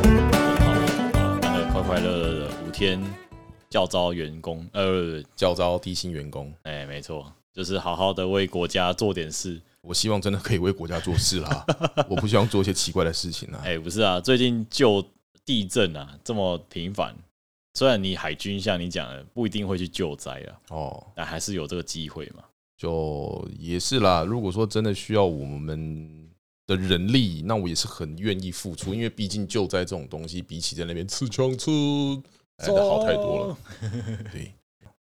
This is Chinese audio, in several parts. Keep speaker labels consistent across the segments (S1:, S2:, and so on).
S1: 呃，快快乐乐的五天教招员工，呃，
S2: 叫招低薪员工。
S1: 哎、没错，就是好好的为国家做点事。
S2: 我希望真的可以为国家做事啦，我不希望做一些奇怪的事情啦
S1: 哎、。不是啊，最近就地震啊这么频繁，虽然你海军像你讲的不一定会去救灾啊，
S2: 哦，
S1: 但还是有这个机会嘛。
S2: 就也是啦。如果说真的需要我们的人力，那我也是很愿意付出，因为毕竟救灾这种东西，比起在那边吃枪吃来的好太多了。对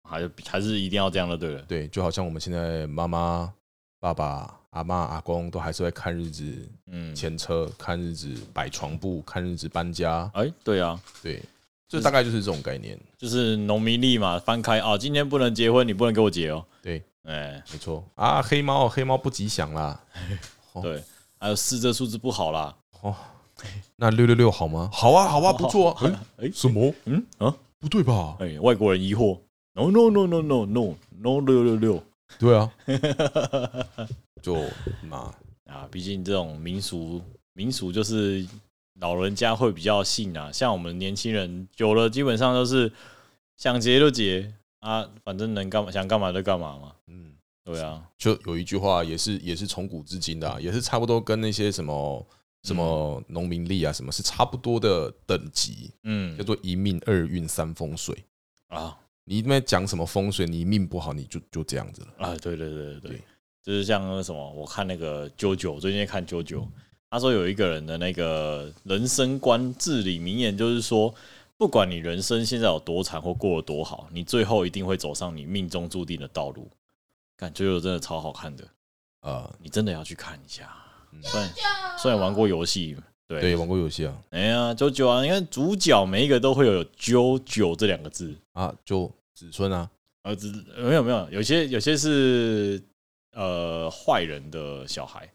S1: 还是还是一定要这样的，对了。
S2: 对，就好像我们现在妈妈、爸爸、阿妈、阿公都还是在看日子、
S1: 嗯，
S2: 牵车、看日子、摆床布、看日子、搬家。
S1: 哎、对啊，
S2: 对，就大概就是这种概念。
S1: 就是农民力嘛，翻开啊，今天不能结婚，你不能给我结哦。
S2: 对，
S1: 哎、
S2: 没错啊，黑猫，黑猫不吉祥啦。哦
S1: 对，还有四这数字不好啦。
S2: 哦，那六六六好吗？好啊，好啊，不错啊。
S1: 哦好好
S2: 嗯
S1: 哎、
S2: 什么？
S1: 嗯啊，
S2: 不对吧？
S1: 哎、外国人疑惑，no no no no no no no 六六六
S2: 对啊，就嘛，
S1: 啊，毕竟这种民俗民俗就是老人家会比较信啊，像我们年轻人久了，基本上都是想结就结啊，反正能干嘛想干嘛就干嘛嘛。
S2: 嗯，
S1: 对啊，
S2: 就有一句话也是也是从古至今的、啊，也是差不多跟那些什么什么农民力啊，什么是差不多的等级，
S1: 嗯
S2: 叫做一命二运三风水。
S1: 啊
S2: 你那边讲什么风水，你命不好，你就就这样子了。
S1: 啊，对对对对对
S2: 对，
S1: 就是像那个什么，我看那个啾啾，最近在看啾啾，他说有一个人的那个人生观至理名言，就是说，不管你人生现在有多惨或过得多好，你最后一定会走上你命中注定的道路。感啾啾真的超好看的，
S2: 呃，
S1: 你真的要去看一下。
S2: 嗯
S1: 虽然虽然玩过游戏，对，
S2: 对，玩过游戏啊，
S1: 哎呀，啾啾啊，你看主角每一个都会有“啾啾”这两个字，
S2: 啊，就子孙啊，
S1: 儿子呃没有没有，有些有些是呃坏人的小孩，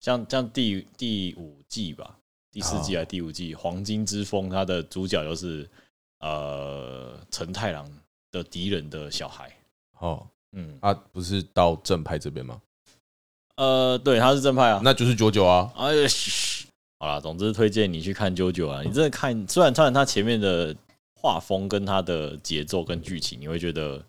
S1: 像像第第五季吧，第四
S2: 哦
S1: 季还是第五季《黄金之风》，它的主角就是呃陈太郎的敌人的小孩，
S2: 哦，
S1: 嗯
S2: 啊，不是到正派这边吗？
S1: 呃，对，他是正派啊，
S2: 那就是九九啊，
S1: 哎呀，嘘好啦，总之推荐你去看《啾啾》啊，你真的看，虽然虽然它前面的画风跟它的节奏跟剧情，你会觉得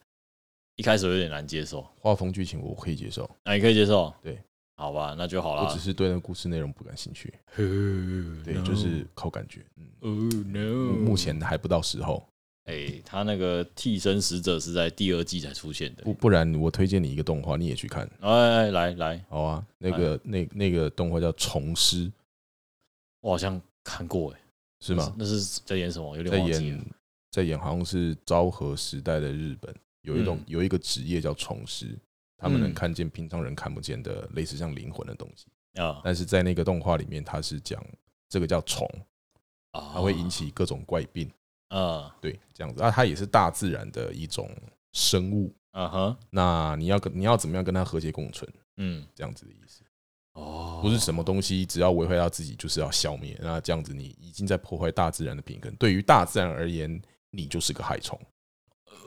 S1: 一开始有点难接受。
S2: 画风剧情我可以接受，
S1: 那、你可以接受？
S2: 对，
S1: 好吧，那就好
S2: 我
S1: 啦
S2: 只。是对那故事内容不感兴趣。对，
S1: 对
S2: 就是靠感觉。嗯，
S1: Oh no！
S2: 目前还不到时候，
S1: 哎、他那个替身使者是在第二季才出现的。
S2: 不不然我推荐你一个动画，你也去看，
S1: 哎哎，来来，
S2: 好啊。那
S1: 哎
S2: 个那那个动画叫《虫师》，
S1: 我好像看过哎、
S2: 是吗？
S1: 那是在演什么？有点
S2: 在
S1: 忘记了。
S2: 演在演好像是昭和时代的日本，有一种
S1: 嗯
S2: 有一个职业叫虫师，他们能
S1: 嗯
S2: 看见平常人看不见的类似像灵魂的东西，
S1: 啊
S2: 但是在那个动画里面，它是讲这个叫虫，
S1: 啊
S2: 它会引起各种怪病，
S1: 啊
S2: 对，这样子。啊，它也是大自然的一种生物。
S1: 啊哈
S2: 那你要跟你要怎么样跟它和谐共存，
S1: 嗯
S2: 这样子的意思，
S1: 哦，
S2: 不是什么东西，只要危害到自己就是要消灭。那这样子你已经在破坏大自然的平衡。对于大自然而言，你就是个害虫。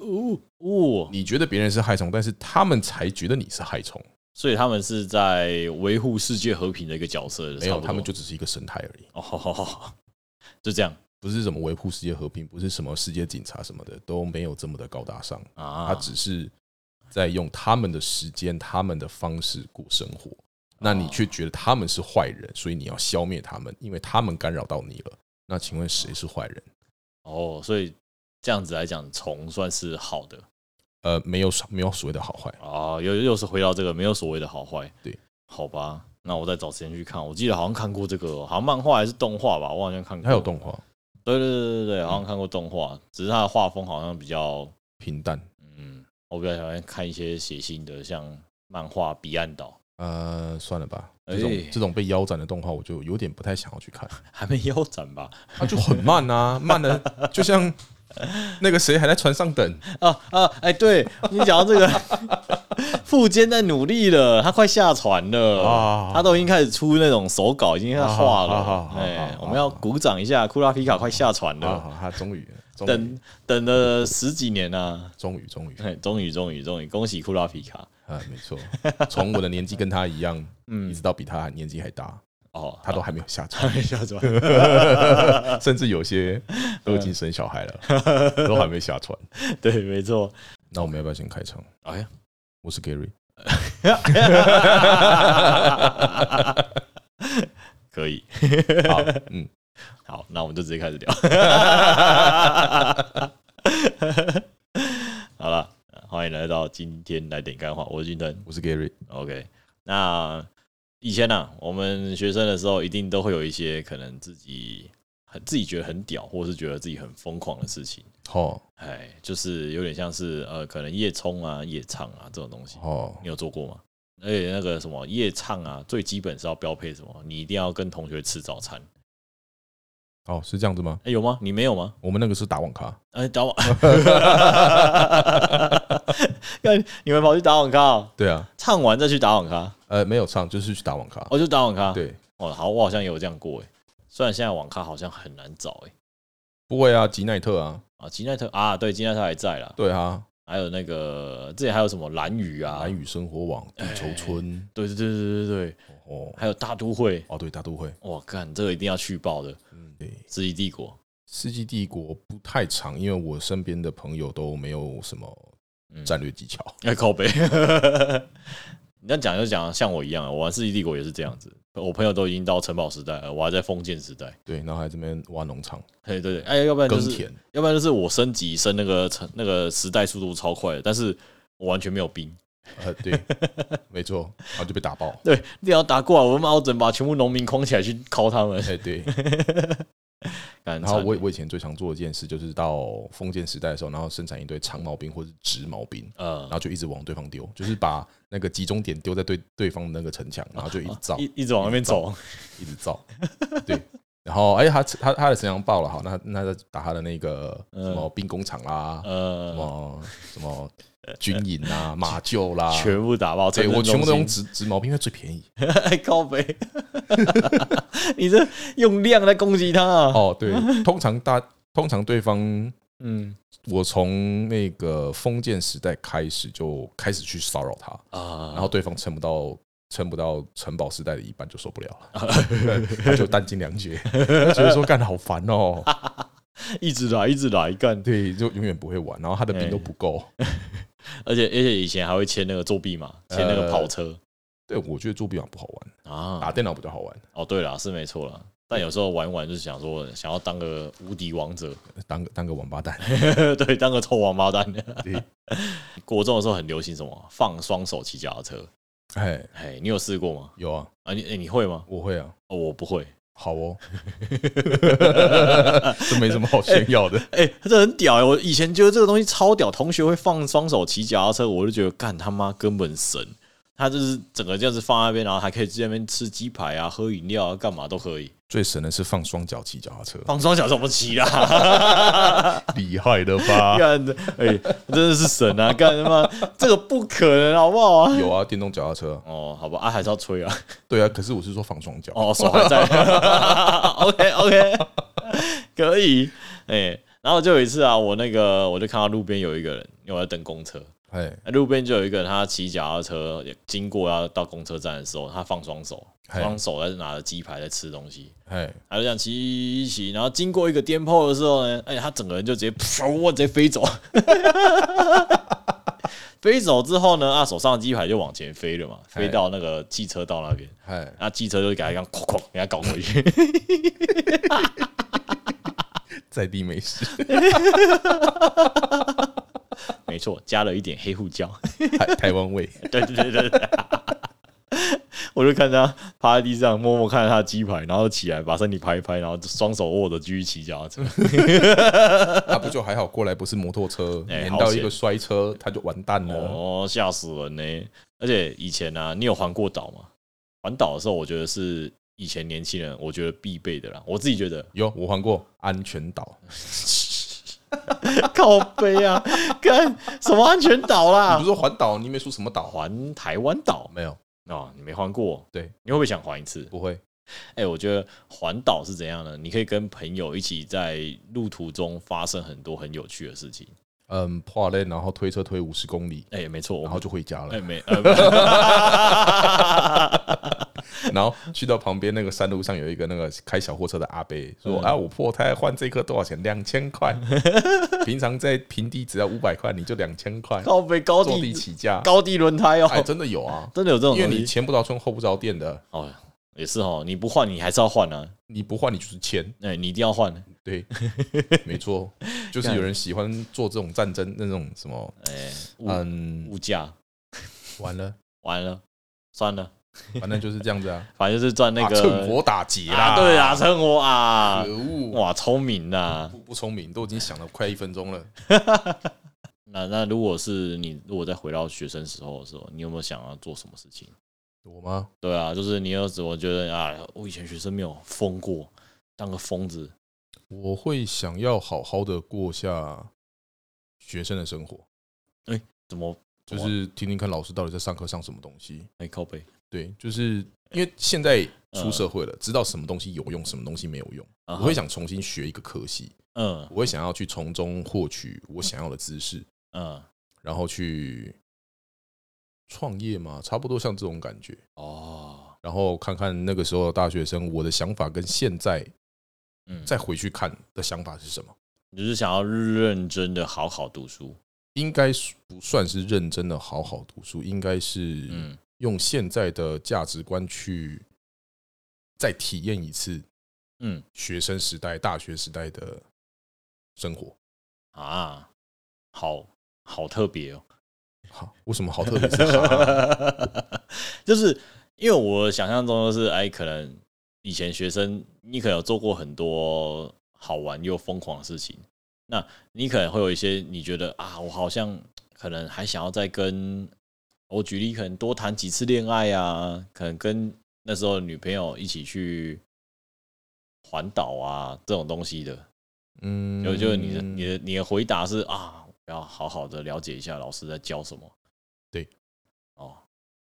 S1: 哦哦，
S2: 你觉得别人是害虫，但是他们才觉得你是害虫，
S1: 所以他们是在维护世界和平的一个角色，
S2: 没
S1: 差
S2: 有，
S1: 不多
S2: 他们就只是一个生态而已，
S1: 哦，好好好，就这样
S2: 不是什么维护世界和平，不是什么世界警察什么的，都没有这么的高大上。
S1: 啊。
S2: 他只是在用他们的时间、他们的方式过生活。那
S1: 啊
S2: 你却觉得他们是坏人，所以你要消灭他们，因为他们干扰到你了。那请问谁是坏人？
S1: 哦，所以这样子来讲，虫算是好的
S2: 呃，没有没有所谓的好坏，
S1: 啊，又又是回到这个没有所谓的好坏，
S2: 对，
S1: 好吧，那我再找时间去看，我记得好像看过这个哦，好像漫画还是动画吧，我好像看过，
S2: 还有，动画
S1: 对对对对对，好像看过动画，只是它的画风好像比较，
S2: 平淡，
S1: 嗯，我比较喜欢看一些血腥的，像漫画《彼岸岛
S2: 呃，算了吧。
S1: 哎
S2: 这种、这种被腰斩的动画，我就有点不太想要去 看，》，
S1: 还没腰斩吧？
S2: 它、就很慢啊，慢 的就像那个谁还在船上等，
S1: 啊啊，哎、对你讲到这个， 富坚在努力了，他快下船了
S2: 啊
S1: 他都已经开始出那种手稿，已经在画
S2: 啊好好好
S1: 了
S2: 好。
S1: 哎
S2: 好，
S1: 我们要鼓掌一下，库拉皮卡快下船
S2: 啊
S1: 了，，
S2: 他终于终于
S1: 等等了十几年啊，
S2: 终于终于
S1: 嘿终于终于终于，恭喜库拉皮卡。
S2: 啊，没错，从我的年纪跟他一样，一
S1: 嗯
S2: 直，到比他年纪还大，
S1: 哦，
S2: 他都还没有下床，
S1: 他没下船，
S2: 甚至有些都已经生小孩 了，都还没下船。
S1: 对，没错。
S2: 那我们要不要先开场？
S1: 哎呀，
S2: 我是 Gary，
S1: 可以，
S2: 好，嗯，
S1: 好，那我们就直接开始聊。 好了，欢迎来到今天来点干话，我是君腾。
S2: 我是 Gary，
S1: OK，那以前呢、啊，我们学生的时候，一定都会有一些可能自己很自己觉得很屌，或是觉得自己很疯狂的事情。
S2: 哦
S1: 哎，就是有点像是呃，可能夜冲啊、夜唱啊这种东西，
S2: 哦
S1: 你有做过吗？而且那个什么夜唱啊，最基本是要标配什么？你一定要跟同学吃早餐。
S2: 哦，是这样子吗？
S1: 哎，有吗？你没有吗？
S2: 我们那个是打网咖，
S1: 哎，打 网，看你们跑去打网咖、哦，
S2: 对啊，
S1: 唱完再去打网咖，
S2: 呃，没有唱，就是啊去打网咖，
S1: 我、就打网咖。
S2: 对，
S1: 哦，好，我好像也有这样过哎。虽然现在网咖好像很难找哎。
S2: 不会啊，吉奈特啊，
S1: 啊，吉奈特啊，对，吉奈特还在啦。
S2: 对啊，
S1: 还有那个之前还有什么蓝雨啊，
S2: 蓝，宇生活网、地球村，
S1: 对对对对对对，
S2: 哦
S1: 还有大都会，
S2: 哦，对，大都会，
S1: 哇，干，这个一定要去报的《
S2: 嗯，对，
S1: 世纪帝国》。
S2: 世纪帝国不太长，因为我身边的朋友都没有什么
S1: 嗯
S2: 战略技巧，
S1: 哎，靠 背，你这样讲就讲像我一样啊，我玩《世纪帝国》也是这样子，我朋友都已经到城堡时代了，我还在封建时代。
S2: 对，然后还这边挖农场、
S1: 嘿，对对，哎，要不然就
S2: 耕
S1: 是
S2: 田，
S1: 要不然就是我升级升那个城那个时代速度超快的，但是我完全没有兵，
S2: 呃，对， 没错，然后就被打 爆，
S1: 对，你要打过来，我他妈我整把全部农民框起来去敲他们。
S2: 哎，对，
S1: 然
S2: 然后我我以前最常做的一件事就是到封建时代的时候，然后生产一堆长毛兵或者是直毛兵。
S1: 呃
S2: 然后就一直往对方丢，就是把那个集中点丢在对对方的那个城墙，然后就一直造，
S1: 啊哦一一直往那边走，
S2: 一直造，对。然后，哎、他他他的城墙爆了，好，那那再打他的那个
S1: 嗯
S2: 什么兵工厂啦，什
S1: 呃，
S2: 么什么军营啊、马厩啦，
S1: 全部打爆。
S2: 对我全部都用
S1: 纸
S2: 直直毛兵，因为最便宜。
S1: 靠背， 你这用量在攻击他啊？
S2: 哦，对，通常大通常对方，
S1: 嗯
S2: 我从那个封建时代开始就开始去骚扰他，
S1: 啊，
S2: 然后对方撑不到。撑不到城堡时代的一半就受不了
S1: 啊
S2: 了， 他就弹尽粮绝，就觉得说干得好烦 哦，
S1: 一直来，一直来干。
S2: 对，就永远不会玩，然后他的兵都不够，
S1: 哎而且而且以前还会签那个作弊嘛，签那个
S2: 呃
S1: 跑车
S2: 对，我觉得做兵网不好玩，打
S1: 啊。
S2: 电脑比较好玩，
S1: 哦，对了，是没错了。但有时候玩一玩就是想说，想要当个无敌王者，
S2: 当个当个王八 蛋，
S1: 对，当个臭王八蛋。
S2: 对，
S1: 国中的时候很流行什么放双手骑脚踏车，
S2: 哎，
S1: 哎，你有试过吗？
S2: 有啊，
S1: 啊，你哎你会吗？
S2: 我会啊，
S1: 哦，我不会。
S2: 好哦， 这没什么好炫耀的，
S1: 哎、这很屌哎、我以前觉得这个东西超屌，同学会放双手骑脚踏车，我就觉得干他妈根本神。他就是整个这样子放在那边，然后还可以在那边吃鸡排啊、喝饮料啊、干嘛都可以。
S2: 最神的是放双脚骑脚踏车，
S1: 放双脚怎么骑啦？
S2: 厉害的 吧？
S1: 干的，哎、真的是神啊！干他妈，这个不可能好不好啊？
S2: 有啊，电动脚踏车，
S1: 哦，好吧，啊，还是要吹啊。
S2: 对啊，可是我是说放双脚，
S1: 哦，手还在。OK OK，可以。哎、然后就有一次啊，我那个我就看到路边有一个人，因为我在等公车，
S2: 哎
S1: 路边就有一个人，他骑脚踏车经过要到公车站的时候，他放双手，
S2: 嘿
S1: 双手在拿着鸡排在吃东西，
S2: 哎，
S1: 他就这样骑骑，然后经过一个颠簸的时候呢，哎、他整个人就直接噗，直接飞走。飞走之后呢，啊，手上的鸡排就往前飞了嘛，
S2: 嘿
S1: 飞到那个汽车道那边，
S2: 哎，
S1: 那汽车就给他一样哐哐给他搞回去。
S2: 在地美食，
S1: 没错，加了一点黑胡椒。
S2: 台台湾味，
S1: 对对对对 对。我就看他趴在地上，默默看着他的鸡排，然后起来把身体拍一拍，然后双手握着继续骑脚踏 车。
S2: 他不就还好？过来不是摩托车，
S1: 哎
S2: 碾
S1: 好
S2: 到一
S1: 险
S2: 个摔车，他就完蛋了。
S1: 哦，吓死人呢、而且以前啊，你有环过岛吗？环岛的时候，我觉得是以前年轻人我觉得必备的啦。我自己觉得
S2: 有，我还过安全岛，
S1: 靠背啊，跟什么安全岛
S2: 你不
S1: 啦
S2: 是，说环岛，你没说什么岛？
S1: 环台湾岛
S2: 没有，
S1: 哦，你没环过，
S2: 对，
S1: 你会不会想环一次？
S2: 不会，
S1: 哎、我觉得环岛是怎样呢？你可以跟朋友一起在路途中发生很多很有趣的事情。
S2: 嗯，破累，然后推车推五十公里，
S1: 哎、没错，我
S2: 然
S1: 们
S2: 后就回家
S1: 哎、
S2: 了，
S1: 没呃，
S2: 然后去到旁边那个山路上有一个那个开小货车的阿伯说：“
S1: 嗯
S2: 啊，我破胎换这颗多少钱？两 千块，平常在平地只要五百块，你就两千块，
S1: 靠背高
S2: 坐地
S1: 地
S2: 起价。
S1: 高地轮胎”哦、
S2: 哎，真的有啊，
S1: 真的有这种
S2: 因为
S1: 东
S2: 你
S1: 西
S2: 前不着村后不着店的，
S1: 哦，也是哦，你不换你还是要换啊，
S2: 你不换你就是钱。
S1: 哎、你一定要换，
S2: 对，没错，就是有人喜欢做这种战争那种什么，
S1: 哎、物、
S2: 嗯，
S1: 物价
S2: 完了，
S1: 完了，算了，
S2: 反正就是这样子啊，
S1: 反正就是赚 那
S2: 啊
S1: 个
S2: 趁火打劫啦，
S1: 啊，对啊，趁火啊
S2: 可，恶，
S1: 哇，聪明呐、
S2: 不不聪明，都已经想了快一分钟了。
S1: 那那如果是你，如果再回到学生时候的时候，你有没有想要做什么事情？
S2: 我吗？
S1: 对啊，就是你有怎么觉得啊？我以前学生没有疯过，当个疯子，
S2: 我会想要好好的过下学生的生活，
S1: 怎么
S2: 就是听听看老师到底在上课上什么东西。
S1: 哎靠背？
S2: 对，就是因为现在
S1: 嗯
S2: 出社会了，知道什么东西有用，什么东西没有用。
S1: 我
S2: 我会想重新学一个科系，
S1: 嗯
S2: 我会想要去从中获取我想要的知识，
S1: 嗯
S2: 然后去创业嘛，差不多像这种感觉。
S1: 哦
S2: 然后看看那个时候的大学生，我的想法跟现在
S1: 嗯，
S2: 再回去看的想法是什么。
S1: 你就是想要认真的好好读书，
S2: 应该不算是认真的好好读书，应该是
S1: 嗯
S2: 用现在的价值观去再体验一次
S1: 嗯
S2: 学生时代、大学时代的生活。
S1: 啊，好好特别哦。
S2: 好，为什么好特别是哈？
S1: 就是因为我想象中就是，哎，可能以前学生你可能有做过很多好玩又疯狂的事情，那你可能会有一些你觉得啊，我好像可能还想要再跟我举例，可能多谈几次恋爱啊，可能跟那时候的女朋友一起去环岛啊这种东西的。
S2: 嗯
S1: 就就你的你的你的回答是啊，我要好好的了解一下老师在教什么。
S2: 对，
S1: 哦，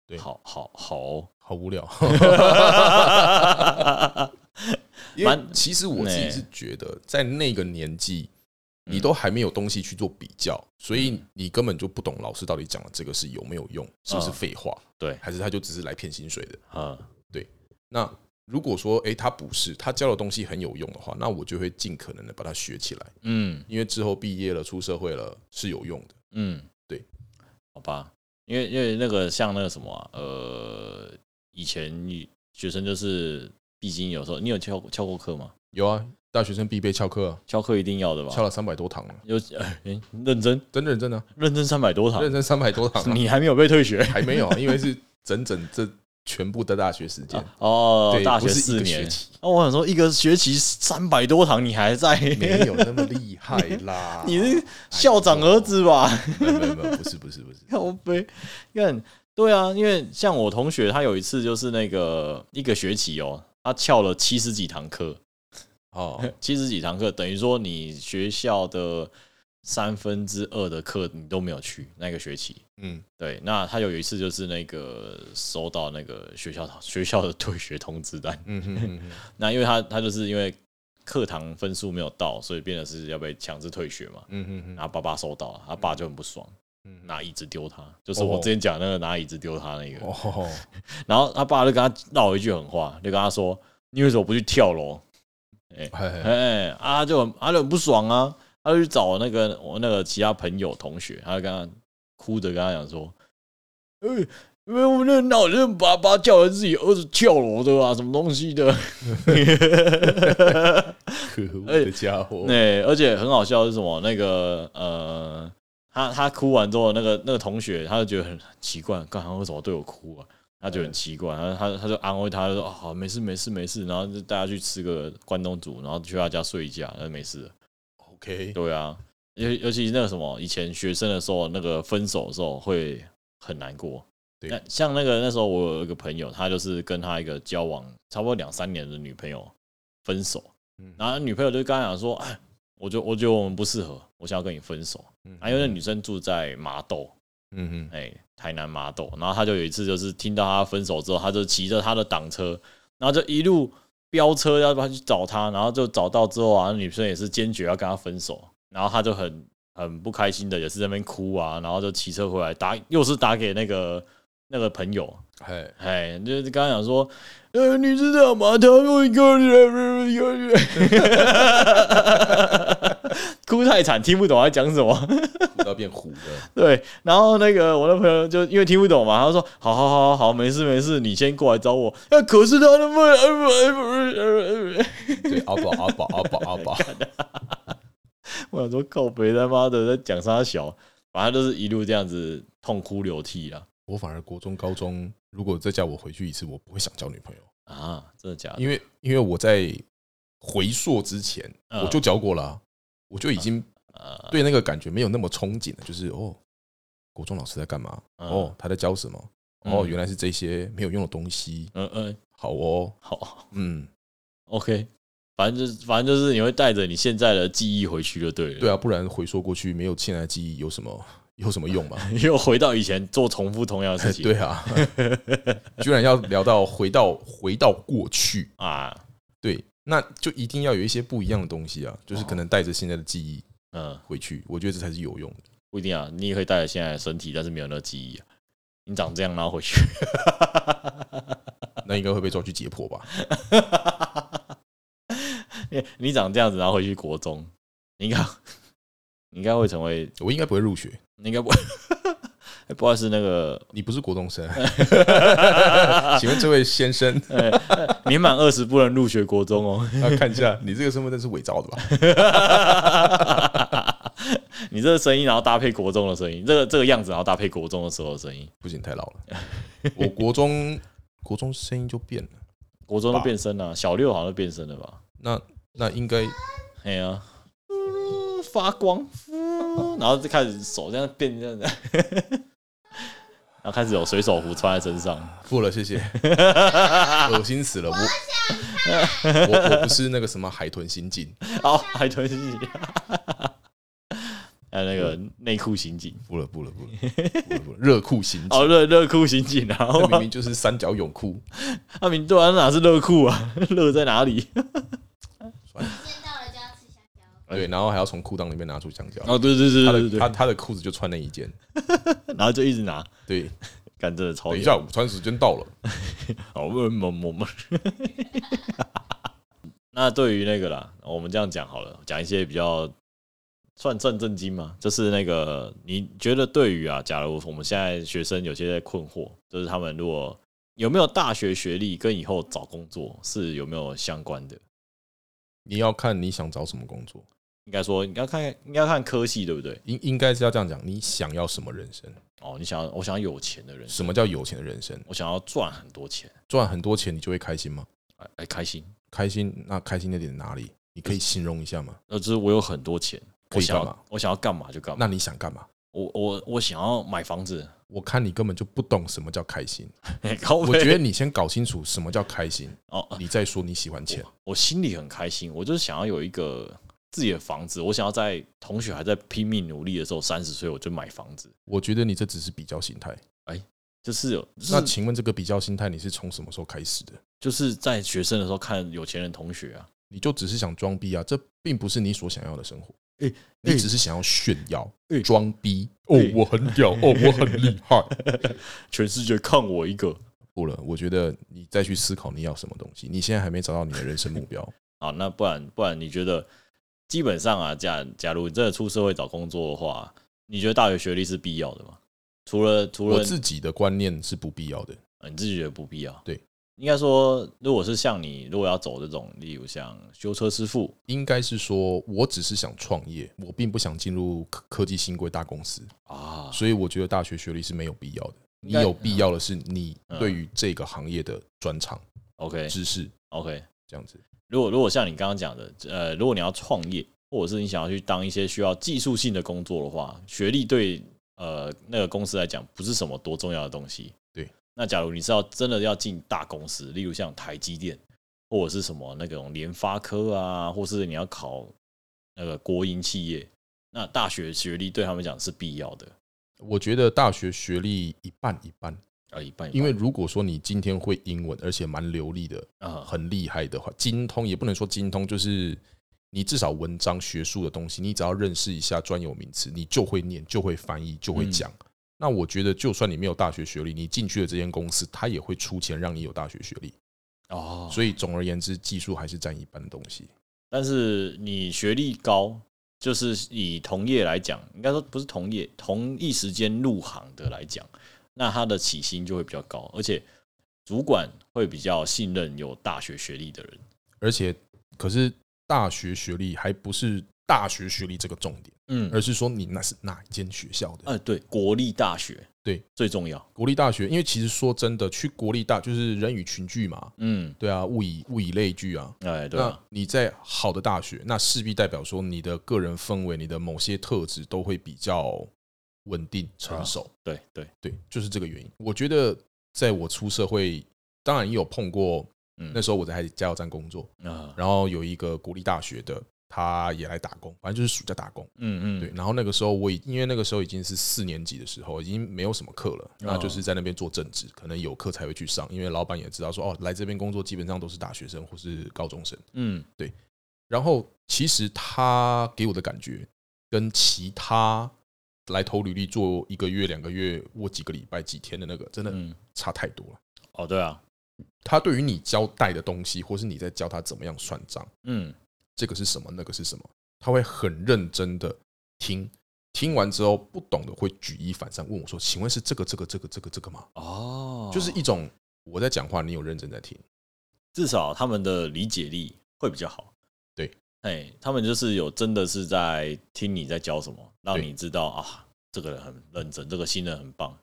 S2: 对
S1: 好好好、 哦，
S2: 好无聊。因为
S1: 蛮
S2: 其实我自己是觉得，在那个年纪，
S1: 嗯
S2: 你都还没有东西去做比较，所以你根本就不懂老师到底讲的这个是有没有用，是不是废话，
S1: 对，
S2: 还是他就只是来骗薪水的。
S1: 嗯
S2: 那如果说，诶，他不是，他教的东西很有用的话，那我就会尽可能的把它学起来，
S1: 嗯
S2: 因为之后毕业了、出社会了是有用的。
S1: 嗯，
S2: 对，
S1: 好吧，因为因为那个像那个什么、啊、呃，以前你学生就是必经有时候，你有翘翘过课吗？
S2: 有啊，大学生必备翘课啊，
S1: 翘课一定要的吧
S2: 翘？了三百多堂了，
S1: 有、哎认真
S2: 真的认真啊，
S1: 认真三百多堂
S2: 认，真三百多堂啊、
S1: 你还没有被退 学
S2: 还没有啊，因为是整整这全部的大学时间。
S1: 哦
S2: 对，
S1: 大
S2: 不
S1: 学
S2: 是一
S1: 四
S2: 个
S1: 年
S2: 学。期
S1: 那、我想说，一个学期三百多堂，你还在？。
S2: 没有那么厉害啦 哎
S1: 你是校长儿子吧？，
S2: 没有？没有没有，不是不是不是
S1: 靠背，看，对啊，因为像我同学，他有一次就是那个一个学期哦，他翘了七十几堂课，
S2: 哦，
S1: 七十几堂课，等于说你学校的三分之二的课你都没有去那个学期。
S2: 嗯，
S1: 对，那他有一次就是那个收到那个学校学校的退学通知单，
S2: 嗯哼嗯哼
S1: 那因为他他就是因为课堂分数没有到，所以变得是要被强制退学嘛。
S2: 嗯哼嗯嗯
S1: 然后爸爸收到了，他爸就很不爽，
S2: 哼，
S1: 拿椅子丢他，就是我之前讲那个拿椅子丢他那个。
S2: 哦，
S1: 然后他爸就跟他唠一句狠话，就跟他说：“你为什么不去跳楼？”哎、
S2: 哎，
S1: 啊，他就很他就很不爽啊，他就去找那个我那个其他朋友同学，他就跟他哭着跟他讲说：“哎、因为我那老人爸爸叫人自己儿子跳楼的啊，什么东西的。”
S2: 可恶的家伙，
S1: 对，而且很好笑的是什么？那个呃，他他哭完之后，那个那个同学他就觉得很奇怪，干他为什么对我哭啊？他觉得很奇怪，然后他他就安慰他，就说：“哦，好，没事没事没事。”然后就带他去吃个关东煮，然后去他家睡一觉，那没事了。
S2: OK，
S1: 对啊，尤尤其那个什么，以前学生的时候，那个分手的时候会很难过。
S2: 对
S1: 那像那个那时候，我有一个朋友，他就是跟他一个交往差不多两三年的女朋友分手，
S2: 嗯
S1: 然后女朋友就跟他讲说：“哎，我觉我觉得我们不适合，我想要跟你分手。”啊，因为那女生住在麻豆，
S2: 嗯哼，
S1: 哎、台南麻豆，然后他就有一次就是听到他分手之后，他就骑着他的挡车，然后就一路飙车要不要去找他，然后就找到之后啊，女生也是坚决要跟他分手，然后他就很很不开心的，也是在那边哭啊，然后就骑车回来打，又是打给那个那个朋友，
S2: 哎，
S1: 哎，就是刚刚讲说，呃，你知道吗？他又一个人，一个人， 哭太惨，听不懂他讲什么。
S2: 要变虎的，
S1: 对，然后那个我的朋友就因为听不懂嘛，他说：“好好好好好，没事没事，你先过来找我。”那可是他的妹，呃呃呃呃
S2: 对，阿宝阿宝阿宝阿宝，
S1: 我想说靠北他妈的在讲啥小，反正就是一路这样子痛哭流涕啊
S2: 我反而国中高中，如果再叫我回去一次，我不会想交女朋友，
S1: 啊！真的假的？
S2: 因为因为我在回溯之前
S1: 嗯
S2: 我就交过了啊，我就已经
S1: 啊，
S2: 对那个感觉没有那么憧憬了，就是哦，国中老师在干嘛？
S1: 嗯
S2: 哦，他在教什么？哦，
S1: 嗯
S2: 原来是这些没有用的东西。
S1: 嗯嗯，
S2: 好哦，
S1: 好
S2: 嗯，
S1: ，OK，反正就是反正就是你会带着你现在的记忆回去就对了。
S2: 对啊，不然回溯过去没有现在的记忆有什么 有什么用嘛？
S1: 又回到以前做重复同样的事情。
S2: 对啊， 居然要聊到回到回到过去，
S1: 啊，
S2: 对，那就一定要有一些不一样的东西啊，就是可能带着现在的记忆
S1: 嗯，
S2: 回去，我觉得这才是有用的。
S1: 不一定啊，你也可以带着现在的身体，但是没有那个记忆、啊。你长这样，然后回去，
S2: 那应该会被抓去解剖吧？
S1: 你 你长这样子，然后回去国中，你应该你应该会成为，
S2: 我应该不会入学，
S1: 你应该不，哎不知道是那个，
S2: 你不是国 中生，请问这位先生，
S1: 哎年满二十不能入学国中哦。
S2: 要看一下你这个身份证是伪造的吧？
S1: 你这个声音，然后搭配国中的声音，这个这个样子，然后搭配国中的时候的声音，
S2: 不行，太老了。 我国中国中声音就变了，
S1: 国中都
S2: 吧
S1: 变声了、小六好像都变声了吧？
S2: 那那应该
S1: 哎呀、嗯发光，嗯然后就开始手这样变这样子， 然后开始有水手服穿在身上。
S2: 不了，谢谢，恶心死了。我 我我不是那个什么海豚刑警，
S1: 好，海豚刑警，还有那个内裤刑警，
S2: 不了不了不了不了不了，热裤刑警。
S1: 哦，热热裤刑警啊，然
S2: 那
S1: 后
S2: 明明就是三角泳裤，
S1: 阿明对啊，那哪是热裤啊？ 热在哪里？
S3: 见到了就要吃香蕉。
S2: 对，然后还要从裤裆里面拿出香蕉。
S1: 哎哦，对对
S2: 他
S1: 对对
S2: 的
S1: 对
S2: 他
S1: 对，
S2: 他的裤子就穿那一件。
S1: 然后就一直拿，
S2: 对，
S1: 干真的超
S2: 等一
S1: 屌
S2: 下，午餐时间到了，
S1: 好，我们我们我们。 那对于那个啦，我们这样讲好了，讲一些比较算正正经嘛，就是那个你觉得对于啊，假如我们现在学生有些在困惑，就是他们如果有没有大学学历跟以后找工作是有没有相关的？
S2: 你要看你想找什么工作，
S1: 应该说，你要看应该看科系对不对？
S2: 应应该是要这样讲，你想要什么人生？
S1: 哦，你想要我想要有钱的人，
S2: 什么叫有钱的人生？
S1: 我想要赚很多钱，
S2: 赚很多钱你就会开心吗？
S1: 哎、哎开心，
S2: 开心，那开心的点哪里？你可以形容一下吗？
S1: 呃，就是我有很多钱，
S2: 可
S1: 我
S2: 以
S1: 想
S2: 干嘛
S1: 要？我想要干嘛就干嘛，
S2: 那你想干嘛？
S1: 我我我想要买房子。
S2: 我看你根本就不懂什么叫开心。
S1: 高
S2: 我觉得你先搞清楚什么叫开心，
S1: 哦，
S2: 你再说你喜欢钱。
S1: 我心里很开心，我就是想要有一个自己的房子，我想要在同学还在拼命努力的时候，三十岁我就买房子，
S2: 我觉得你这只是比较心态。
S1: 就是有就
S2: 那
S1: 是
S2: 请问这个比较心态你是从什么时候开始的？
S1: 就是在学生的时候看有钱人同学啊，
S2: 你就只是想装逼啊，这并不是你所想要的生活。
S1: 诶
S2: 你只是想要炫耀
S1: 诶、
S2: 装、逼。哦
S1: 诶，
S2: 我很屌，哦，我很厉害。
S1: 全世界看我一个
S2: 不了，我觉得你再去思考你要什么东西，你现在还没找到你的人生目标。
S1: 啊，那不然不然你觉得基本上啊，假假如你真的出社会找工作的话，你觉得大学学历是必要的吗？除了除了
S2: 我自己的观念是不必要的。
S1: 呃你自己觉得不必要，
S2: 对，
S1: 应该说如果是像你如果要走这种，例如像修车师傅，
S2: 应该是说，我只是想创业，我并不想进入科科技新贵大公司，
S1: 啊，
S2: 所以我觉得大学学历是没有必要的。你
S1: 应该
S2: 有必要的是你
S1: 嗯
S2: 对于这个行业的专长、
S1: OK
S2: 知识
S1: OK，
S2: 这样子。
S1: 如果如果像你刚刚讲的，呃，如果你要创业，或者是你想要去当一些需要技术性的工作的话，学历对呃那个公司来讲不是什么多重要的东西。
S2: 对，
S1: 那假如你是要真的要进大公司，例如像台积电或者是什么那种联发科啊，或是你要考那个国营企业，那大学学历对他们讲是必要的。
S2: 我觉得大学学历一半一半，
S1: 啊，一半一半，
S2: 因为如果说你今天会英文，而且蛮流利的，
S1: 啊，
S2: 很厉害的话，精通也不能说精通，就是你至少文章学术的东西，你只要认识一下专有名词，你就会念，就会翻译，就会讲。那我觉得，就算你没有大学学历，你进去了这间公司，他也会出钱让你有大学学历。
S1: 哦，所以
S2: 所以总而言之，技术还是占一半的东西。
S1: 但是你学历高，就是以同业来讲，应该说不是同业，同一时间入行的来讲，那他的起薪就会比较高，而且主管会比较信任有大学学历的人。
S2: 而且，可是大学学历还不是大学学历这个重点，
S1: 嗯，
S2: 而是说你那是哪一间学校的。
S1: 呃，对，国立大学
S2: 对
S1: 最重要。
S2: 国立大学，因为其实说真的，去国立大就是人以群聚嘛，
S1: 嗯，
S2: 对啊，物以物以类聚啊。
S1: 哎，对
S2: 那
S1: 啊，
S2: 你在好的大学，那势必代表说你的个人氛围、你的某些特质都会比较稳定、成熟。
S1: 对对，
S2: 对，就是这个原因。我觉得在我出社会，当然也有碰过，
S1: 嗯，
S2: 那时候我在加油站工作，
S1: 啊，
S2: 然后有一个国立大学的，他也来打工，反正就是暑假打工。
S1: 嗯嗯，
S2: 对，，然后那个时候我已因为那个时候已经是四年级的时候，已经没有什么课了，那
S1: 哦
S2: 就是在那边做正职，可能有课才会去上，因为老板也知道说哦，来这边工作基本上都是大学生或是高中生。
S1: 嗯
S2: 然后其实他给我的感觉跟其他来投履历做一个月、两个月或几个礼拜、几天的那个真的
S1: 嗯，
S2: 差太多了。
S1: 哦，对啊，
S2: 他对于你交代的东西，或是你在教他怎么样算账，
S1: 嗯
S2: 这个是什么，那个是什么，他会很认真的听。听完之后不懂的会举一反三，问我说：“请问是这个这个这个这个这个吗
S1: 哦？”，
S2: 就是一种我在讲话，你有认真在听。
S1: 至少他们的理解力会比较好。
S2: 对，
S1: 哎，他们就是有真的是在听你在教什么，让
S2: 对
S1: 你知道啊，这个人很认真，这个新人很棒。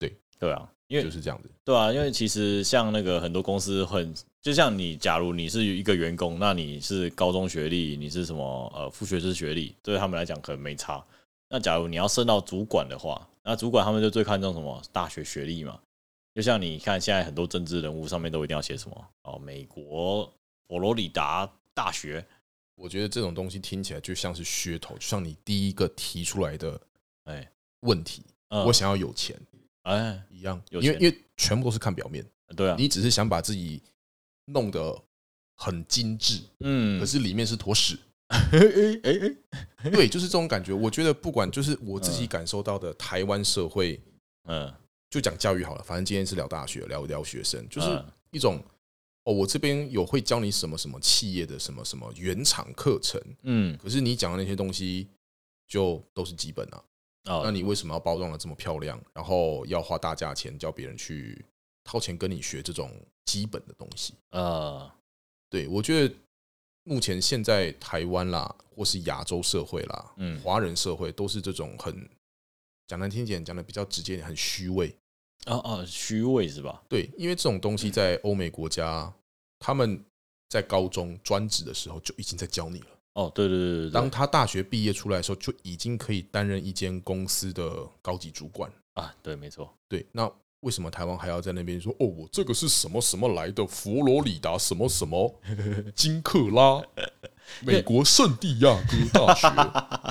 S2: 对，
S1: 对啊，因
S2: 就
S1: 为
S2: 是这样子。
S1: 对啊，因为其实像那个很多公司很，就像你，假如你是一个员工，那你是高中学历，你是什么呃副学士学历，对他们来讲可能没差。那假如你要升到主管的话，那主管他们就最看重什么大学学历嘛。就像你看现在很多政治人物上面都一定要写什么哦，美国佛罗里达大学，
S2: 我觉得这种东西听起来就像是噱头，就像你第一个提出来的
S1: 哎
S2: 问题，
S1: 嗯，
S2: 我想要有钱
S1: 哎，
S2: 一样，
S1: 有
S2: 因
S1: 钱
S2: 为因为全部都是看表面，
S1: 对啊，
S2: 你只是想把自己弄得很精致，
S1: 嗯，
S2: 可是里面是 坨屎。
S1: 哎哎哎
S2: 对，就是这种感觉。我觉得不管就是我自己感受到的台湾社会，
S1: 嗯，
S2: 就讲教育好了，反正今天是聊大学，聊聊学生，就是
S1: 嗯
S2: 一种哦，我这边有会教你什么什么企业的什么什么原厂课程，
S1: 嗯
S2: 可是你讲的那些东西就都是基本啊。
S1: 哦，
S2: 那你为什么要包装的这么漂亮，然后要花大价钱叫别人去掏钱跟你学这种基本的东西？
S1: 呃
S2: 对我觉得目前现在台湾啦，或是亚洲社会啦，
S1: 嗯
S2: 华人社会都是这种很讲难听一点，讲的比较直接一点，很虚伪。
S1: 哦哦，虚伪是吧？
S2: 对，因为这种东西在欧美国家，他们在高中专职的时候就已经在教你了。
S1: 哦，对对对对对，
S2: 当他大学毕业出来的时候，就已经可以担任一间公司的高级主管。
S1: 啊，对，没错，
S2: 对，那为什么台湾还要在那边说哦，我这个是什么什么来的佛罗里达什么什 么金克拉，美国圣地亚哥大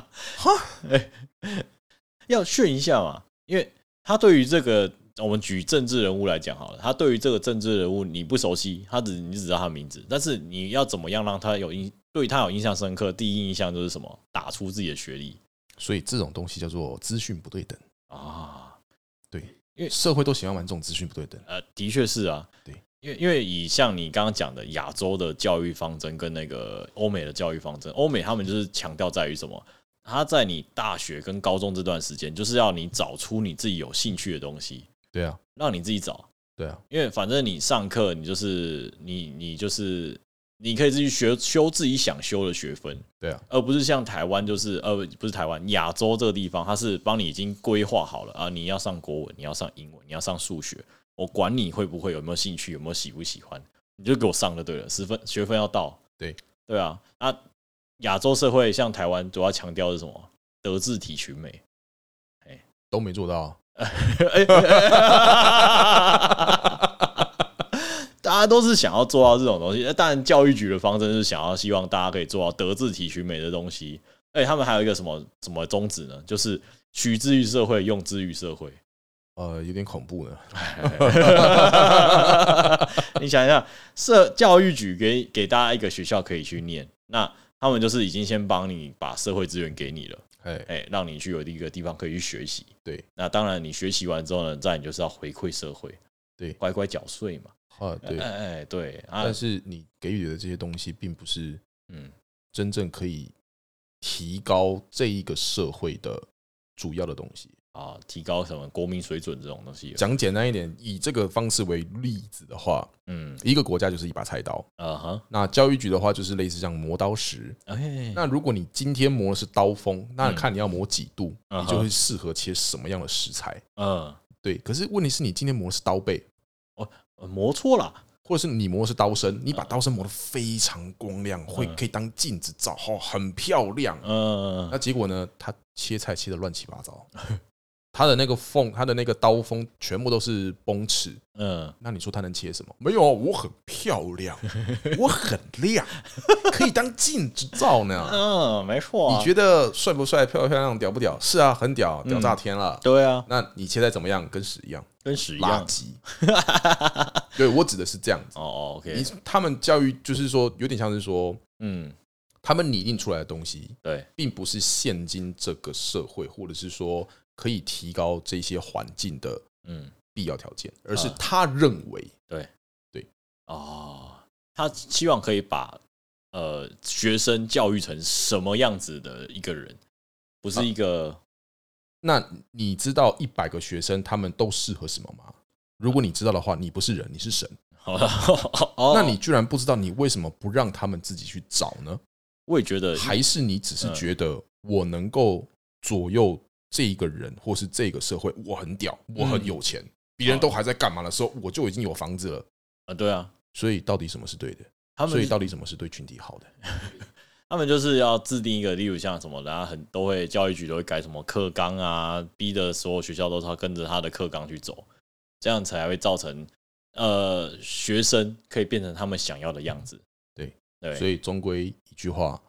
S2: 学？
S1: 要炫一下嘛，因为他对于这个，我们举政治人物来讲好了，他对于这个政治人物你不熟悉，他只你只知道他的名字，但是你要怎么样让他有印，对他有印象深刻？第一印象就是什么？打出自己的学历
S2: 所以这种东西叫做资讯不对等，
S1: 啊，
S2: 社会都喜欢玩这种资讯不对等。
S1: 呃，的确是啊，
S2: 对。
S1: 因为因为以像你刚刚讲的亚洲的教育方针跟那个欧美的教育方针，欧美他们就是强调在于什么？他在你大学跟高中这段时间，就是要你找出你自己有兴趣的东西，
S2: 对啊，
S1: 让你自己找。
S2: 对啊，
S1: 因为反正你上课，你就是你你就是你可以自己学修自己想修的学分，
S2: 对啊，
S1: 而不是像台湾就是呃不是台湾亚洲这个地方，它是帮你已经规划好了啊，你要上国文，你要上英文，你要上数学，我管你会不会有没有兴趣，有没有喜不喜欢，你就给我上就对了，十分学分要到，
S2: 对
S1: 对啊，啊亚洲社会像台湾主要强调的是什么？德智体群美，
S2: 都没做到啊。
S1: 大家都是想要做到这种东西，呃当然教育局的方针是想要希望大家可以做到德智体群美的东西。哎，他们还有一个什么什么宗旨呢？就是取之于社会，用之于社会。
S2: 呃，有点恐怖呢。
S1: 你想一下，社教育局给给大家一个学校可以去念，那他们就是已经先帮你把社会资源给你了，
S2: 哎，
S1: 哎、让你去有一个地方可以去学习。
S2: 对，
S1: 那当然你学习完之后呢，再你就是要回馈社会，
S2: 对
S1: 乖乖缴税嘛。
S2: 啊，对
S1: 哎、，哎对啊
S2: 但，是你给予的这些东西，并不是
S1: 嗯，
S2: 真正可以提高这一个社会的主要的东西。
S1: 啊，提高什么国民水准这种东西，
S2: 讲简单一点，以这个方式为例子的话，
S1: 嗯，
S2: 一个国家就是一把菜刀，
S1: 啊哈，
S2: 那教育局的话就是类似像磨刀石。
S1: 哎，
S2: 那如果你今天磨的是刀锋，那
S1: 嗯
S2: 看你要磨几度，
S1: 嗯
S2: 你就会适合切什么样的食材。
S1: 嗯，
S2: 对，可是问题是你今天磨的是刀背，
S1: 呃磨错了，
S2: 或者是你磨的是刀身，你把刀身磨得非常光亮，会
S1: 嗯
S2: 可以当镜子照，哦，很漂亮。
S1: 嗯
S2: 那结果呢，他切菜切的乱七八糟， 他的那个缝，他的那个刀锋全部都是崩齿。
S1: 嗯，
S2: 那你说他能切什么？没有啊，我很漂 亮，我很 亮，可以当镜子照 呢。
S1: 嗯，没错、啊，
S2: 你觉得帅不帅、漂不漂亮、屌不屌？是啊，很屌，屌炸天了。
S1: 对啊，
S2: 那你切菜怎么样？跟屎一样，
S1: 跟屎一
S2: 垃
S1: 样。
S2: 圾。 对我指的是这样子。
S1: 哦哦，OK，
S2: 你他们教育就是说，有点像是说，
S1: 嗯，
S2: 他们拟定出来的东西，
S1: 对，
S2: 并不是现今这个社会，或者是说可以提高这些环境的
S1: 嗯，
S2: 必要条件，而是
S1: 啊
S2: 他认为
S1: 哦，他希望可以把呃学生教育成什么样子的一个人，不是一个、
S2: 那你知道一百个学生他们都适合什么吗？如果你知道的话，你不是人，你是神。
S1: 好了， 哦，
S2: 啊那你居然不知道，你为什么不让他们自己去找呢？
S1: 我也觉得
S2: 还是你只
S1: 嗯
S2: 是觉得我能够左右这一个人或是这个社会，我很屌，我很
S1: 嗯
S2: 有钱，别人都还在干嘛的时候，我就已经有房子了。
S1: 啊，对啊，
S2: 所以到底什么是对的？
S1: 他
S2: 所以
S1: 们
S2: 到底什么是对群体好的？
S1: 他们就是要制定一个，例如像什么，然后很都会教育局都会改什么课纲啊，逼的所有学校都是要跟着他的课纲去走，这样才会造成呃学生可以变成他们想要的样子。
S2: 嗯对
S1: 对，
S2: 所以终归一句话，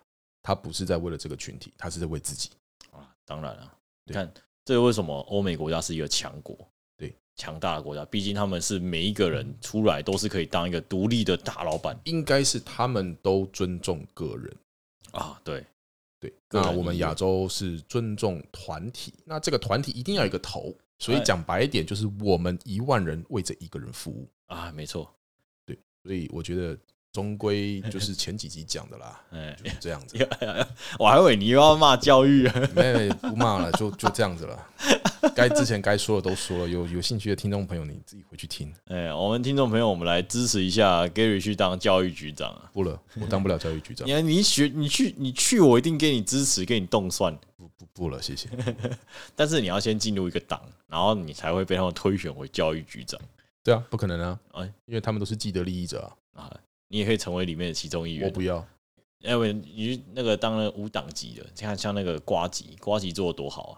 S2: 他不是在为了这个群体，他是在为自己。
S1: 啊，当然了，你
S2: 对
S1: 看这个为什么欧美国家是一个强国，
S2: 对
S1: 强大的国家，毕竟他们是每一个人出来都是可以当一个独立的大老板
S2: 应该是他们都尊重个人。
S1: 啊，对，
S2: 对，
S1: 个人
S2: 那我们
S1: 意愿
S2: 亚洲是尊重团体，那这个团体一定要有一个头，所以
S1: 哎
S2: 讲白一点，就是我们一万人为这一个人服务。
S1: 啊，没错，，
S2: 所以我觉得终归就是前几集讲的啦
S1: 哎、
S2: 就是这样子，
S1: 我还以为你又要骂教育，
S2: 没没不骂了，就就这样子了。该之前该说的都说了，有有兴趣的听众朋友你自己回去听。
S1: 哎、我们听众朋友，我们来支持一下 Gary 去当教育局长啊！
S2: 不了，我当不了教育局长
S1: 你，看你学，你去，你去，我一定给你支持，给你动算。
S2: 不不不了，谢谢。
S1: 但是你要先进入一个党，然后你才会被他们推选为教育局长
S2: 对啊，不可能啊
S1: 哎，
S2: 因为他们都是既得利益者啊，
S1: 啊！你也可以成为里面的其中一员
S2: 我。不要。
S1: 要不然你那个当了无党籍的，像像那个瓜吉，瓜吉做的多好啊！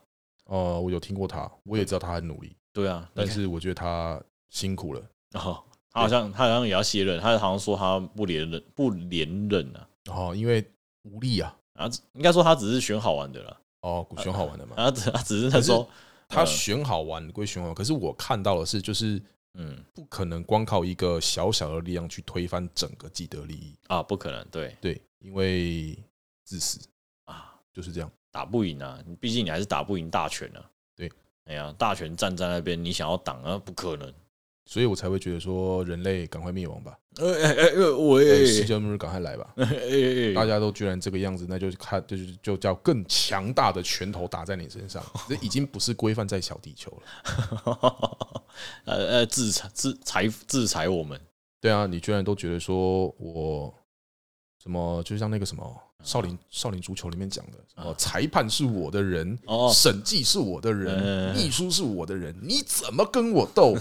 S2: 呃，我有听过他，我也知道他很努力，
S1: 对啊，
S2: 但
S1: 但是
S2: 是我觉得他辛苦了。
S1: 然后、他好像他好像也要卸任，他好像说他不连任不连任啊，
S2: 哦，因为无力啊，
S1: 啊，应该说他只是选好玩的了，
S2: 哦，选好玩的嘛。
S1: 他只他只是那时候
S2: 他选好玩归选好玩，可是我看到的是，就是
S1: 嗯
S2: 不可能光靠一个小小的力量去推翻整个既得利益。
S1: 啊不可能对
S2: 对，因为自私
S1: 啊
S2: 就是这样。
S1: 打不赢啊，你毕竟你还是打不赢大权啊。
S2: 对，
S1: 哎呀，大权站在那边，你想要挡啊，不可能。
S2: 所以我才会觉得说，人类赶快灭亡吧，
S1: 呃哎哎哎，我
S2: 对世界末日赶快来吧！大
S1: 哎
S2: 家都居然这个样子，那就看就是就叫更强大的拳头打在你 身上，这已经不是规范在小地球了。
S1: 呃呃，制裁制裁制裁我们，
S2: 对啊，你居然都觉得说我什么，就像那个什么
S1: 嗯
S2: 少林少林足球里面讲的，什么裁判是我的人，
S1: 哦
S2: 审计是我的
S1: 嗯
S2: 人，秘书是我的人，你怎么跟我 斗？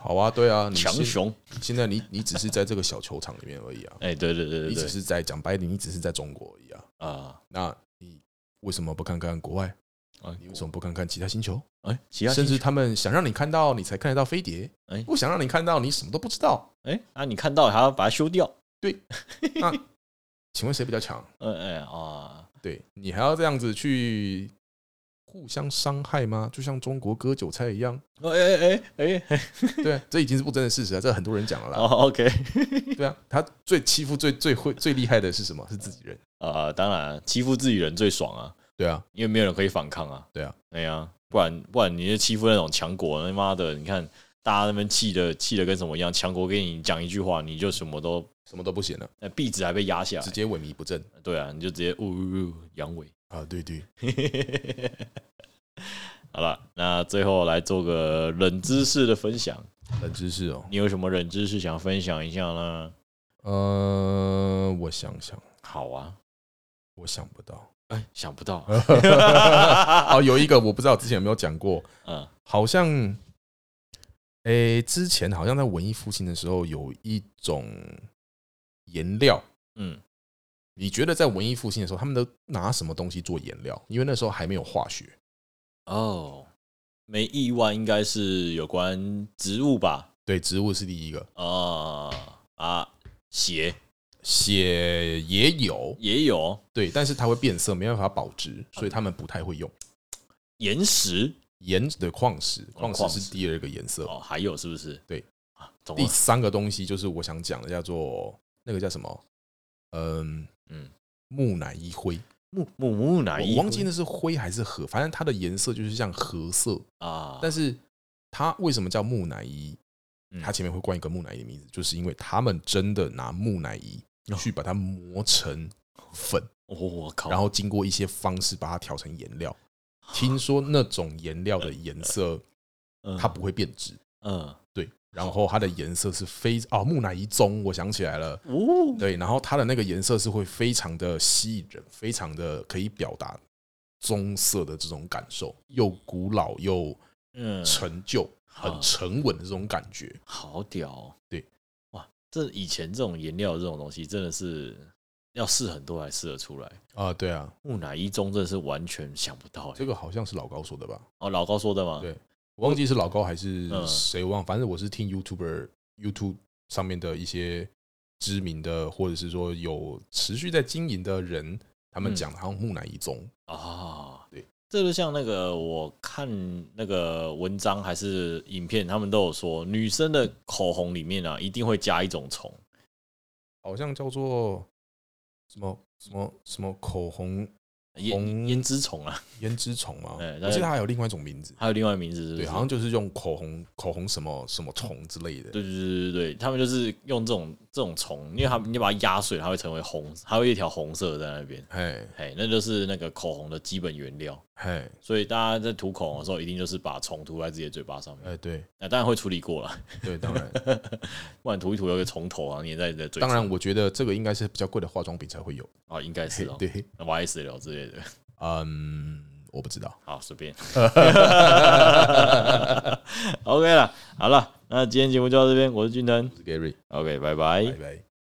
S2: 好啊，对啊，你
S1: 强
S2: 现
S1: 雄。
S2: 现在你你只是在这个小球场里面而已啊，
S1: 哎，对对 对对
S2: 你只
S1: 对
S2: 是在讲白一点，你只是在中国而已啊。
S1: 啊！
S2: 那你为什么不看看国外？
S1: 啊
S2: 你为什么不看看其他星球？
S1: 哎，其他
S2: 甚
S1: 星
S2: 至他们想让你看到，你才看得到飞碟
S1: 哎；
S2: 不想让你看到，你什么都不知道。
S1: 哎，那、你看到还要把它修掉？
S2: 那请问谁比较强？
S1: 哎嗯哎啊，
S2: 对你还要这样子去互相伤害吗？就像中国割韭菜一 样？
S1: 哦哎哎哎哎，
S2: 对，这已经是不争的事实啊，这很多人讲了
S1: 哦
S2: 啦。
S1: ，OK，
S2: 对啊，他最欺负最最会最厉害的是什么？是自己人。
S1: 啊、当然欺负自己人最爽啊，
S2: 对啊，
S1: 因为没有人可以反抗啊。
S2: 对啊，
S1: 哎呀，不然不然你就欺负那种强国，他妈的，你看大家那边气的气的跟什么一样，强国给你讲一句话，你就什么都
S2: 什么都不行了，
S1: 呃币值还被压下
S2: 直
S1: 来，
S2: 接萎靡不振
S1: 对啊，你就直接呜呜呜阳痿。
S2: 啊！对对，
S1: 好了，那最后来做个冷知识的分享，
S2: 冷知识哦。
S1: 你有什么冷知识想分享一下呢？
S2: 呃，我想想，
S1: 好啊，
S2: 我想不 到。
S1: 哎、想不到，
S2: 哦，有一个我不知道之前有没有讲过，
S1: 嗯，
S2: 好像，诶、之前好像在文艺复兴的时候有一种颜料，
S1: 嗯，
S2: 你觉得在文艺复兴的时候，他们都拿什么东西做颜料？因为那时候还没有化学。
S1: 哦，没意外应该是有关植物吧？
S2: 对，植物是第一个，
S1: 啊啊，血
S2: 血也有，
S1: 也有
S2: 对，但是它会变色，没办法保值，所以他们不太会用
S1: 岩石
S2: 盐的矿石，矿石
S1: 矿石
S2: 是第二个颜色。
S1: 哦，还有是不是？
S2: 对
S1: 啊，懂
S2: 第
S1: 了。
S2: 三个东西就是我想讲的，叫做那个叫什么？嗯
S1: 嗯
S2: 嗯，木乃伊灰。
S1: 木木木乃伊
S2: 我
S1: 灰，
S2: 忘记那是灰还是褐，反正它的颜色就是像褐色。
S1: 啊，
S2: 但是它为什么叫木乃伊
S1: 嗯？
S2: 它前面会冠一个木乃伊的名字，就是因为他们真的拿木乃伊
S1: 哦
S2: 去把它磨成粉，
S1: 我我靠，
S2: 然后经过一些方式把它调成颜料。听说那种颜料的颜色
S1: 哦嗯
S2: 它不会变质，
S1: 嗯
S2: 对。然后它的颜色是非哦木乃伊棕，我想起来了，
S1: 哦
S2: 对，然后它的那个颜色是会非常的吸引人，非常的可以表达棕色的这种感受，又古老又
S1: 嗯，哦
S2: 陈旧，
S1: 好
S2: 很沉稳的这种感觉。
S1: 好屌、哦，
S2: 对，
S1: 哇，这以前这种颜料这种东西真的是要试很多才试得出来。
S2: 啊、对啊，
S1: 木乃伊中真的是完全想不到、
S2: 这
S1: 欸，
S2: 个好像是老高说的吧？
S1: 哦，老高说的嘛，
S2: 对我忘记是老高还是
S1: 嗯
S2: 谁，我忘了，反正我是听 YouTuber YouTube 上面的一些知名的，或者是说有持续在经营的人，他们
S1: 嗯
S2: 讲的好像木乃伊棕，
S1: 啊，
S2: 对，
S1: 这就像那个我看那个文章还是影片，他们都有说，女生的口红里面啊，一定会加一种虫，
S2: 好像叫做什么什么什么口红
S1: 胭
S2: 红
S1: 胭脂虫啊，
S2: 胭脂虫吗？
S1: 哎
S2: 我记得它还有另外一种名字，
S1: 还有另外名字是不
S2: 对，
S1: 是
S2: 好像就是用口红口红什么什么虫之类的。
S1: 对对对对对，他们就是用这种这种虫，因为他们你把它压碎，它会成为红，它会有一条红色在那边，
S2: 哎
S1: 哎，那就是那个口红的基本原料。
S2: 哎
S1: 所以大家在涂口红的时候，一定就是把虫涂在自己的嘴巴上面。
S2: 哎，对
S1: 那、当然会处理过了，
S2: 对，当 然
S1: 不然涂一涂有个虫头啊粘在你的嘴上。
S2: 当然，我觉得这个应该是比较贵的化妆品才会有。
S1: 啊，应该是
S2: 嘿
S1: 哦、
S2: 对，
S1: 那 YSL 之类的，
S2: 嗯，我不知道。
S1: 好随 便。OK 了，好了，那今天节目就到这边，我是俊腾
S2: 我是 Gary，
S1: ，OK，拜拜
S2: 拜。拜。